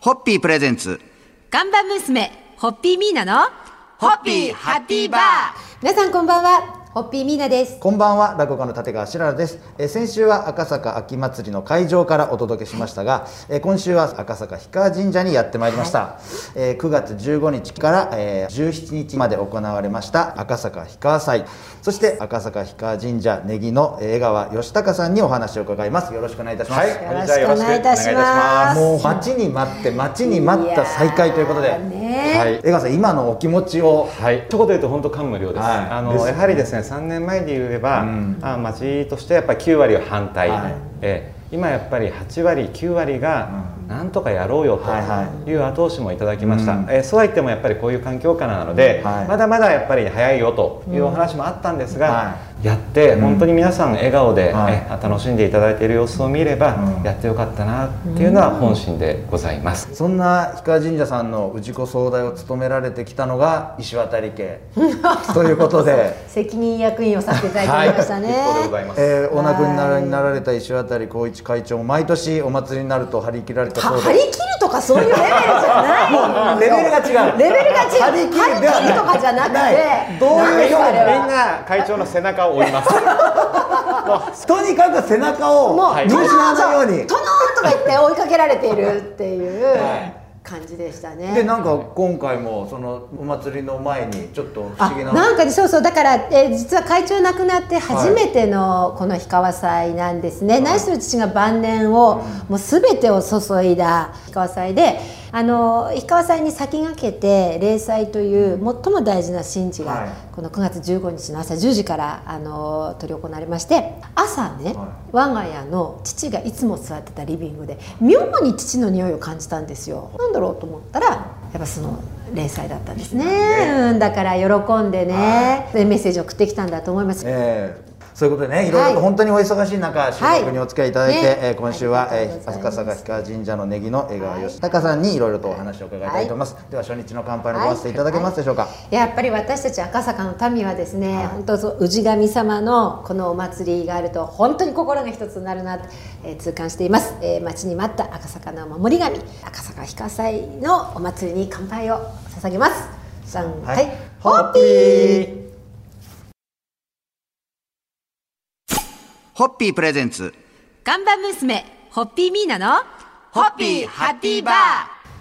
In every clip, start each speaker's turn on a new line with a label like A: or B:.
A: ホッピープレゼンツ。
B: ガンバ娘、ホッピーミーナの、
A: ホッピーハッピーバー
B: 皆さんこんばんは、ホッピーミーナです。
C: こんばんは、落語家の立川しららです。えー先週は赤坂秋祭りの会場からお届けしましたが、えー今週は赤坂氷川神社にやってまいりました。えー9月15日から、えー17日まで行われました赤坂氷川祭。そして赤坂氷川神社ネギのえー江川義隆さんにお話を伺います。よろしくお願いいたします。
D: はい
B: よろしくお願いいたし
D: お願
B: ま。
D: いいたします
C: もう待ちに待って待ちに待った再会ということで、
B: いやーねー
C: はい、江川さん今のお気持ちを
D: はい、一言で言うと本当感無量です。
C: はい
D: あ
C: ですよ
D: の
C: ね
D: やはりですね、3年前で言えば、
C: うん
D: あ町としてやっぱり9割は反対、
C: はい
D: ええ今やっぱり8割9割がなんとかやろうよ
C: はいは
D: という後押しもいただきました。
C: うん
D: ええそうは言ってもやっぱりこういう環境下なので、
C: はい
D: まだまだやっぱり早いよというお話もあったんですが。
C: は
D: やって本当に皆さん笑顔で、
C: はい
D: ええ楽しんでいただいている様子を見れば、
C: うん
D: やってよかったなっていうのは本心でございます。
C: そんな氷川神社さんの氏子総代を務められてきたのが石渡 家ということで、
B: 責任役員をさせていただきましたね。
D: 一方でございます。
C: えーお亡くなりになられた石渡光一会長も毎年お祭りになると張り切られた
B: は
C: そう
B: 張り
C: で
B: 切るとかそういうレベルじゃない
C: レベルが
B: レ
C: 違う
B: ベルが違う張
C: 張り
B: り
C: 切るではない
B: 切るとかじゃなく
C: ない
B: て
C: どういう表
B: なん
C: 現
B: かあれ
D: み
B: は
D: んな会長の背中を追います。
C: とにかく背中を
B: もう、
C: 見
B: ト
C: 失
B: ノー
C: わないように
B: トノーとか言って追いかけられているっていう感じでしたね。
C: でなんか今回もそのお祭りの前にちょっと不
B: あ
C: 思議な
B: なんかねそうそうだから、えー実は会長亡くなって初めてのこの氷川祭なんですね、ナイスル父が晩年を、もう全てを注いだ氷川祭であの氷川祭に先駆けて例祭という最も大事な神事が、
C: はい
B: この9月15日の朝10時からあの取り行われまして朝ね、
C: は
B: 我が家の父がいつも座ってたリビングで妙に父の匂いを感じたんですよなんだろうと思ったらやっぱその連載だったんですねうんだから喜んでねでメッセージを送ってきたんだと思います、
C: えーそういうことでね、いろいろと本当にお忙しい中、収録にお付き合いいただいて、
B: ね
C: えー今週は、
B: あり
C: え
B: がとうご
C: ー、
B: ざいま
C: 飛鳥
B: す
C: 坂氷川神社のネギの江川義隆さんにいろいろとお話を伺いたいと思います。では初日の乾杯のご挨拶いただけますでしょうか。
B: やっぱり私たち赤坂の民はですね、本当そう氏神様のこのお祭りがあると本当に心が一つになるなと、えー痛感しています、えー待ちに待った赤坂の守り神赤坂氷川祭のお祭りに乾杯を捧げますさんはい、ホッピー
A: ホッピープレゼンツ。
B: ガンバ娘、ホッピーミーナの、
A: ホッピーハッピーバー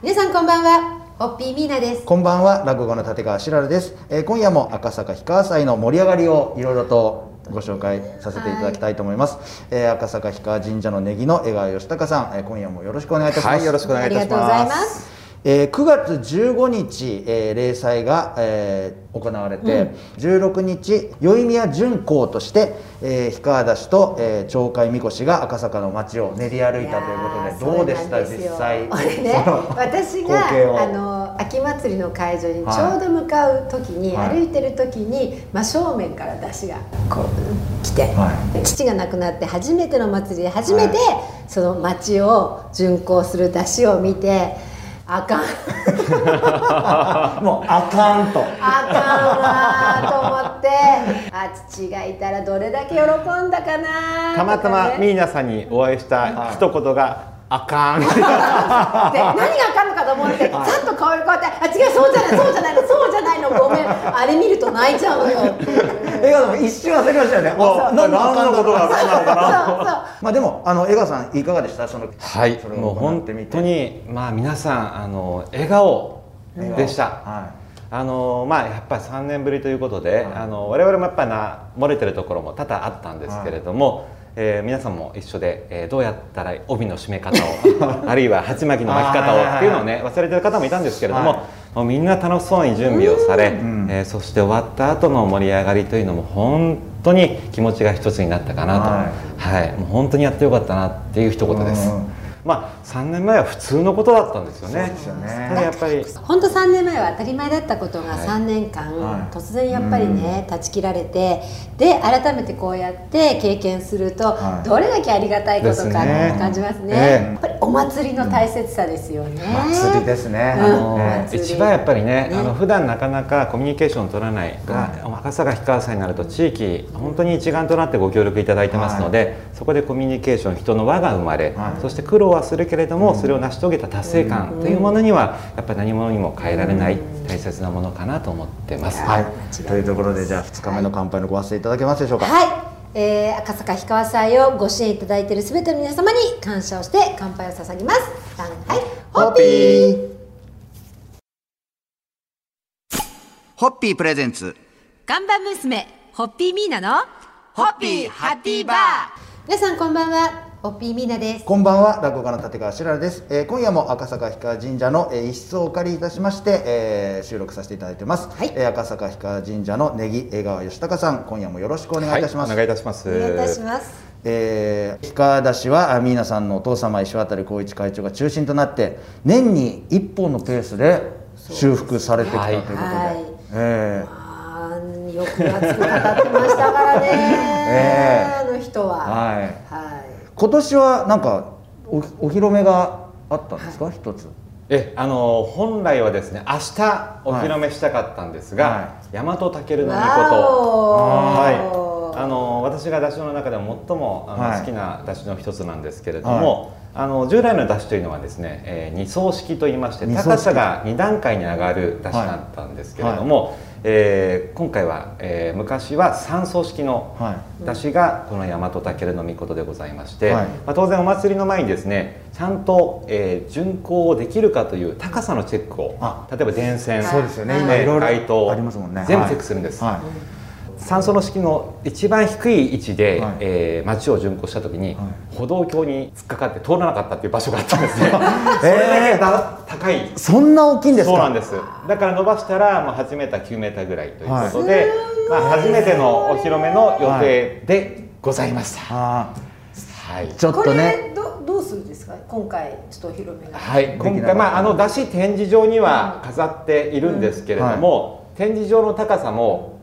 B: 皆さんこんばんは、ホッピーミーナです。
C: こんばんは、落語家の立川しらるです、えー今夜も赤坂氷川祭の盛り上がりをいろいろとご紹介させていただきたいと思います。えー赤坂氷川神社のネギの江川義隆さん、えー今夜もよろしくお願いいたします。
D: はいよろしくお願いいたします
B: ありがとうございます。
C: えー9月15日、えー、例祭が、えー行われて、16日宵宮巡行として、えー、氷川出しと、えー、町会みこしが赤坂の街を練り歩いたということでどうでした実際
B: これね
C: その
B: 私
C: 光景を
B: があの秋祭りの会場にち
C: は
B: ょ
C: いう
B: ど向かう時に、
C: はい
B: 歩いてる時に真正面から出汁がこう来て、
C: は
B: 父が亡くなって初めての祭りで初めて、その町を巡行する出汁を見てあかん
C: あもうあかんと
B: あかんわーと思ってあ父がいたらどれだけ喜んだかなー
D: たまた
B: と
D: ま
B: か
D: ミ
B: ね
D: ーナさんにお会いした一言が「あかん」
B: で何があかんのかと思ってさっと顔色変わって「あ違うそうじゃないそうじゃないのそうじゃないのごめんあれ見ると泣いちゃうのよ」っていう そう
C: 江川さんも一瞬忘れましたよねあなんであかんのことが
B: そう
C: まあでもあの江川さんいかがでしたその
D: はい
C: それを
D: もう
C: 行
D: 本
C: ってみて
D: 当にまあ皆さんあの笑顔でした、
C: は
D: あのまあやっぱり3年ぶりということで、
C: はい
D: あの我々もやっぱな漏れてるところも多々あったんですけれども、えー皆さんも一緒で、えーどうやったら帯の締め方を あるいは鉢巻きの巻き方
C: あーはいはいは
D: を
C: い
D: っていうのをね忘れてる方もいたんですけれども、
C: はい
D: もうみんな楽しそうに準備をされ、
C: ん
D: えーそして終わった後の盛り上がりというのも本当に気持ちが一つになったかなと、はいもう本当にやってよかったなっていう一言です。
C: うん
D: まあ3年前は普通のことだったんですよね。
C: そうですよね
D: ただやっぱり
B: 本当3年前は当たり前だったことが
D: はい
B: 3年間、
C: はい
B: 突然やっぱりね、断ち切られてで改めてこうやって経験すると、
C: はい
B: どれだけありがたいことか
D: です
B: っ
D: ね
B: て感じますね
D: ええ
B: やっぱりお祭りの大切さですよね、
C: い祭りですね、
B: うん
C: あ
D: あ
C: の
D: の
C: ね
B: 祭り
D: 一番やっぱりね
B: ね
D: あの普段なかなかコミュニケーション取らないが
C: はい
D: 赤坂氷川祭になると地域本当に一丸となってご協力いただいてますので、そこでコミュニケーション人の輪が生まれ、
C: はい
D: そして苦労はするけけれども、それを成し遂げた達成感というものには、やっぱり何者にも変えられない大切なものかなと思ってます。
C: はい
B: 間違いないです
C: というところでじゃあ2日目の乾杯のご発声いただけますでしょうか、
B: はい、えー、赤坂氷川祭をご支援いただいているすべての皆様に感謝をして乾杯を捧げます。乾杯ホッピー
A: ホッピープレゼンツ
B: 看板娘ホッピーミーナの
A: ホッピーハッピーバー
B: 皆さんこんばんはホッピーミーナです
C: こんばんは落語家の立川しららです、えー今夜も赤坂氷川神社の、えー一室をお借りいたしまして、えー収録させていただいてます、
B: はい
C: えー赤坂氷川神社の根木江川義隆さん今夜もよろしくお願いいたします、
D: お願いいたします。
B: お願いいたします
C: えー、氷川田氏はあミーナさんのお父様石渡光一会長が中心となって年に1本のペースで修復されてきたということで、
B: はい
C: えー
B: あーよく熱く語ってましたからね、あの人は
C: はい
B: はい
C: 今年はなんかおお披露目があったんですか一つ
D: えあの本来はですね明日お披露目したかったんですが、
C: は
D: 大和尊の御事
B: わお
D: はい、あの私が出汁の中でも最もあの、
C: はい
D: 好きな出汁の一つなんですけれども、あの従来の出汁というのはですね、えー二層式といいまして
C: 二層式
D: 高さが2段階に上がる出汁だったんですけれども、えー今回は、えー昔は三層式の
C: はい
D: 出汁がこの大和尊の御事でございまして、
C: はい
D: まあ、当然お祭りの前にですねちゃんと、えー巡行できるかという高さのチェックを
C: あ
D: 例えば電線
B: そうですよね
D: えー
B: 今
C: いろいろ
D: 街灯
C: ありますもんね
D: 全部
C: はい
D: チェックするんです、
C: は
D: 酸素の式の一番低い位置で、
C: はい
D: えー街を巡行した時に、
C: は
D: 歩道橋に突っかかって通らなかったっていう場所があったん ですねそれだけだ高い
C: い、そんな大きいんですか
D: そうなんですだから伸ばしたら、まあ、8メーター9メーターぐらいということで、まあ、初めてのお披露目の予定でございました、
C: あ
D: はい
C: ーちょっ
B: ことれ、
C: ね
B: どどうするんですか今回ちょっとお披露目が
D: はい、今
C: できなかっ
D: 回、
C: た
D: まあ、あの出汁展示場には飾っているんですけれども、展示場の高さも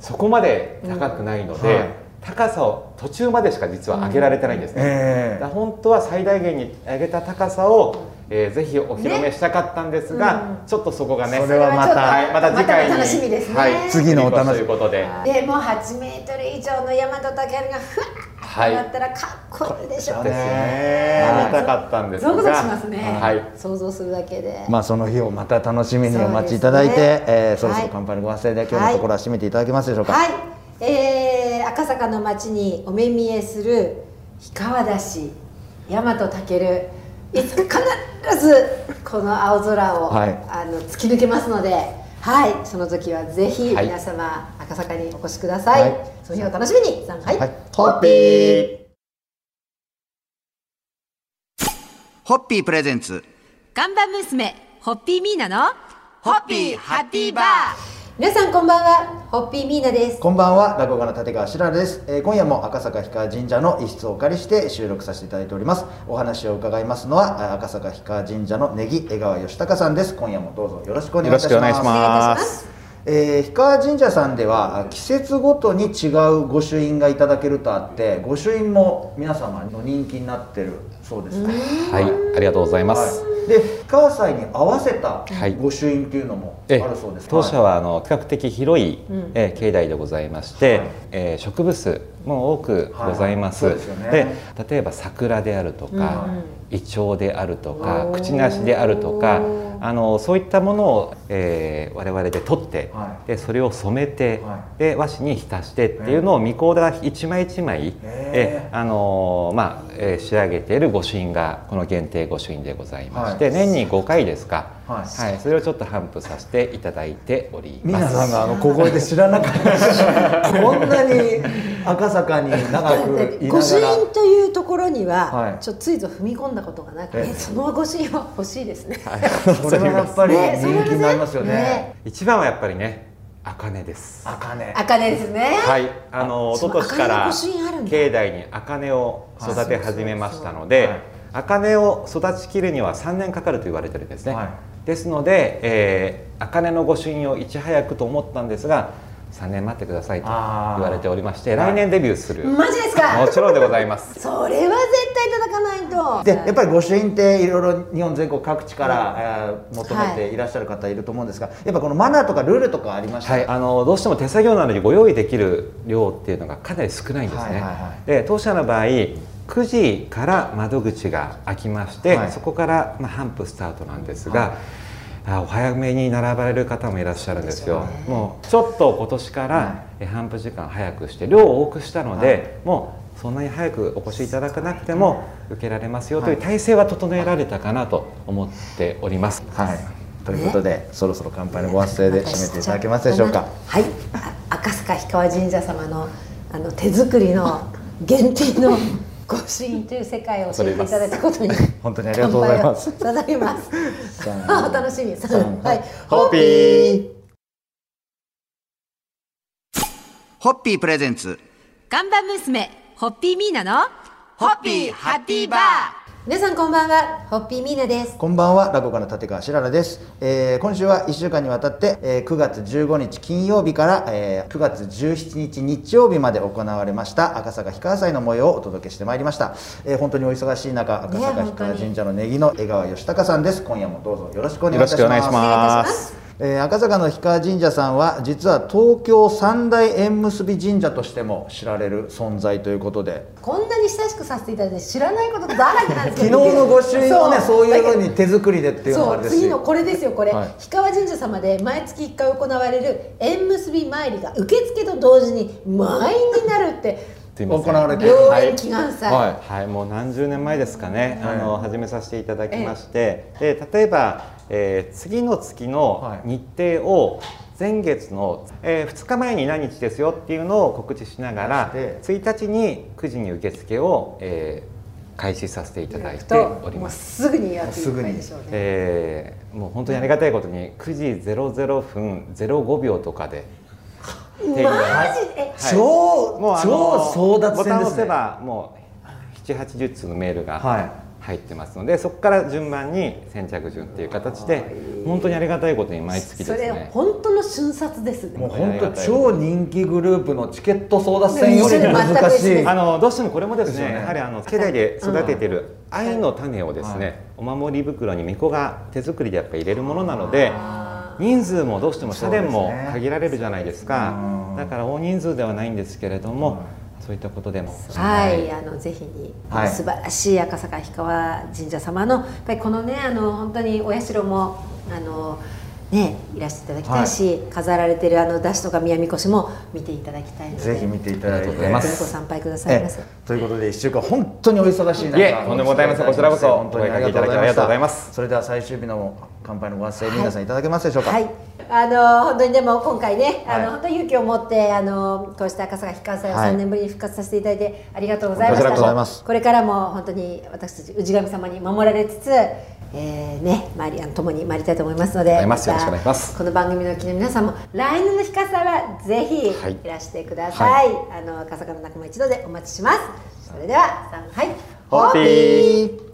D: そこまで高くないので、
C: うんはい
D: 高さを途中までしか実は上げられてないんですね、だ
C: ええ
D: から本当は最大限に上げた高さを、えーぜひお披露目したかったんですが、ちょっとそこがね
C: それはまた
B: それ
D: はい、また次回に、
B: 楽しみですね、
D: はい、
C: 次のお楽しみ
D: ということで、
B: でもう8メートル以上の大和尊がふわーっ
D: は
B: と
D: い
B: なったらかっこいいでしょう
D: ですよね
C: はい
D: 見たかったんですが
B: ゾクゾクしますね、
D: はい
B: 想像するだけで、
C: まあその日をまた楽しみにお待ちいただいてそ,、
B: そうですね
C: えーそろそ
B: は
C: ろ
B: い
C: 乾杯のご発声で今日のところは締めていただけますでしょうか、
B: はい、えー、赤坂の街にお目見えする氷川だし大和尊いつか必ずこの青空を、
C: はい
B: あの突き抜けますのではいその時はぜひ
D: はい
B: 皆様、赤坂にお越しください、
C: はい
B: その日を楽しみにさんはい、
C: はい
B: ホッピー
C: ー
A: ホッピープレゼンツ
B: 看板娘ホッピーミーナの
A: ホッピーハッピーバー
B: 皆さんこんばんはホッピーミーナです
C: こんばんは落語家の立川しららです、えー今夜も赤坂氷川神社の一室をお借りして収録させていただいておりますお話を伺いますのはあ赤坂氷川神社の根木江川義隆さんです今夜もどうぞよろしくお願いいたします
D: よろしくお願いし
B: 願いい
D: ます
B: たします
C: えー、氷川神社さんではあ季節ごとに違う御朱印がいただけるとあって御朱印も皆様の人気になってるそうですね、
D: はい、ありがとうございます、
C: はい、で氷川祭に合わせた
D: はい
C: 御朱印っていうのもあ
D: ええ
C: るそうです、
D: 当社
C: は
D: はあの比較的広い、えー境内でございまして、
C: はい
D: えー植物も多くございます、
C: はいそうですよね
D: 例えば桜であるとか、イチョウであるとか
B: おー
D: 口なしであるとかあのそういったものを、えー我々で取って、
C: はい
D: でそれを染めて、
C: は
D: で和紙に浸してっていうのを未行が一枚一枚、
C: へ
D: えーあのーまあえー仕上げている御朱印がこの限定御朱印でございまして、
C: はい
D: 年に5回ですか。
C: はい
D: はい、それをちょっと頒布させていただいており
C: ミ
D: ま
C: ナ
D: す。
C: さんがあの小声で知らなかったしこんなに赤坂に長くいな
B: 御朱
C: がら
B: 印というところには、
C: はい
B: ちょっとついぞ踏み込んだことがなくて、
C: ええ
B: その御朱印は欲しいですね。
C: これはやっぱり
B: ね
C: 人気になりますよね
B: ね
D: 一番はやっぱりね、茜です。
C: 茜
B: 茜ですね。
D: はい、あの一
B: そう
D: 昨年か
B: 茜の
D: ら
B: 御朱印あるんだ
D: 境内に茜を育て始めましたので
C: はい、
D: 茜を育ちきるには3年かかると言われてるんですね。
C: はい
D: ですので、えー、茜の御朱印をいち早くと思ったんですが、3年待ってくださいと言
C: あー
D: われておりまして、来年デビューする。
B: マジです
D: も
B: か。
D: ちろんでございます。
B: それは絶対いただかないと。
C: でやっぱり御朱印っていろいろ日本全国各地から、えー求め
B: は
C: ていらっしゃる方いると思うんですが、やっぱこのマナーとかルールとかありました、
D: はい、あのどうしても手作業なのにご用意できる量っていうのがかなり少ないんですね。
C: はいはいはい
D: で当社の場合9時から窓口が開きまして、
C: はい
D: そこから、まあ、ハンプスタートなんですが、あお早めに並ばれる方もいらっしゃるんですよ。もうちょっと今年から、
C: は
D: えハンプ時間早くして量を多くしたので、
C: はい
D: もうそんなに早くお越しいただかなくても受けられますよという体制は整えられたかなと思っております。
C: はい。ということで、そろそろ乾杯のご発声で締めていただけますでしょうか。
B: はい、あ赤坂氷川神社様のあの手作りの限定の御朱印という世界を教えていただいたことに
C: 本当にありがとうございます
B: 乾杯を捧げます。
C: さ
B: あ 楽しみ。
C: さん
B: はい、
C: ホッピー。
A: ホッピープレゼンツ
E: ガンバ娘、ホッピーミーナの、
A: ホッピーハッピーバー
B: 皆さんこんばんは、ホッピーミーナです。
C: こんばんは、落語家の立川しららです。えー今週は1週間にわたって、えー9月15日金曜日から、えー9月17日日曜日まで行われました赤坂氷川祭の模様をお届けしてまいりました。えー本当にお忙しい中、赤坂氷川神社のネギの江川義孝さんです。今夜もどうぞよろしくお願いいたします。
D: よろしくお願いします
B: お願いいたします。
C: えー赤坂の氷川神社さんは実は東京三大縁結び神社としても知られる存在ということで
B: こんなに親しくさせていただいて知らないことだらけなんです
C: 昨
B: け
C: 日
B: ど
C: の御朱印をねそういう
B: だ
C: の
B: け
C: に手作りでっていうの
B: そ
C: があれ
B: う
C: ですし
B: 次のこれですよこれ、
C: はい
B: 氷川神社様で毎月1回行われる縁結び参りが受付と同時に満員になるって
D: すいません
C: 行われて
B: 病
D: は
B: 院
D: い
B: 祈願祭、
C: はい
D: はい、もう何十年前ですかね、
C: はい
D: あの始めさせていただきまして、で例えば、えー次の月の
C: はい
D: 日程を前月の、え2日前に何日ですよっていうのを告知しながら
C: で
D: 1日に9時に受付を、えー開始させていただいて
B: と
D: おり
B: も
D: ま
B: う
D: す。
B: すぐにやっていくでしょうね
D: えーもう本当にありがたいことに9時00分05秒とかで
B: マジ
D: え
B: で
D: はい
C: 超
D: もうあの
C: 超争奪戦ですね
D: ボタンを押せばもう780通のメールが
C: はい
D: 入ってますので、そこから順番に先着順っていう形で本当にありがたいことに毎月
B: えそ
D: です
B: れ
D: ね
B: 本当の瞬殺ですね
C: もう本
D: 本当
C: 当
D: に
C: 超人気グループのチケット争奪戦よりも難しい。
D: あのどうしてもこれもですね
C: ですよね
D: やはりあの境内で育ててる愛の種をですね、
C: はい
D: お守り袋に巫女が手作りでやっぱ入れるものなので人数もどうしても社殿
C: そう
D: も
C: ですね
D: 限られるじゃないです
C: そうです
D: か
C: ね
D: だから大人数ではないんですけれども、
C: は
D: そういったことでも
B: はい、あのぜひに、
C: はい
B: 素晴らしい赤坂氷川神社様のやっぱりこのねあの本当にお社もあのねいらしていただきたいし、飾られてるあの出汁とか宮みこしも見ていただきたいので
C: ぜひ見ていただいて
D: ありがとうございま
B: ご
D: す
B: 参拝ください
C: え
B: ま
C: え
B: せ。
C: ということで1週間本当にお忙しい中
D: いえとんでもございませんこちらこそ
C: 本当にありがとうございました
D: お声掛けいただきありがとうございます
C: それでは最終日の乾杯のご発声皆さんいただけますでしょうか、
B: はい、あの本当にでも今回ね、あ
C: はい
B: の本当に勇気を持ってあのこうした赤坂氷川祭を
C: はい
B: 3年ぶりに復活させていただいてありがとうございまし
C: こちらこそありがとうございま
B: た
C: す
B: これからも本当に私たち氏神様に守られつつ、えーね参りあの共に参りたいと思いますので
D: あります
B: た
D: よろしくお願いします
B: この番組の記念皆さんも来年の氷川祭はぜ
D: はい
B: ひいらしてください、あの赤坂の仲間一同でお待ちしますそれでは3はい
D: ホッピー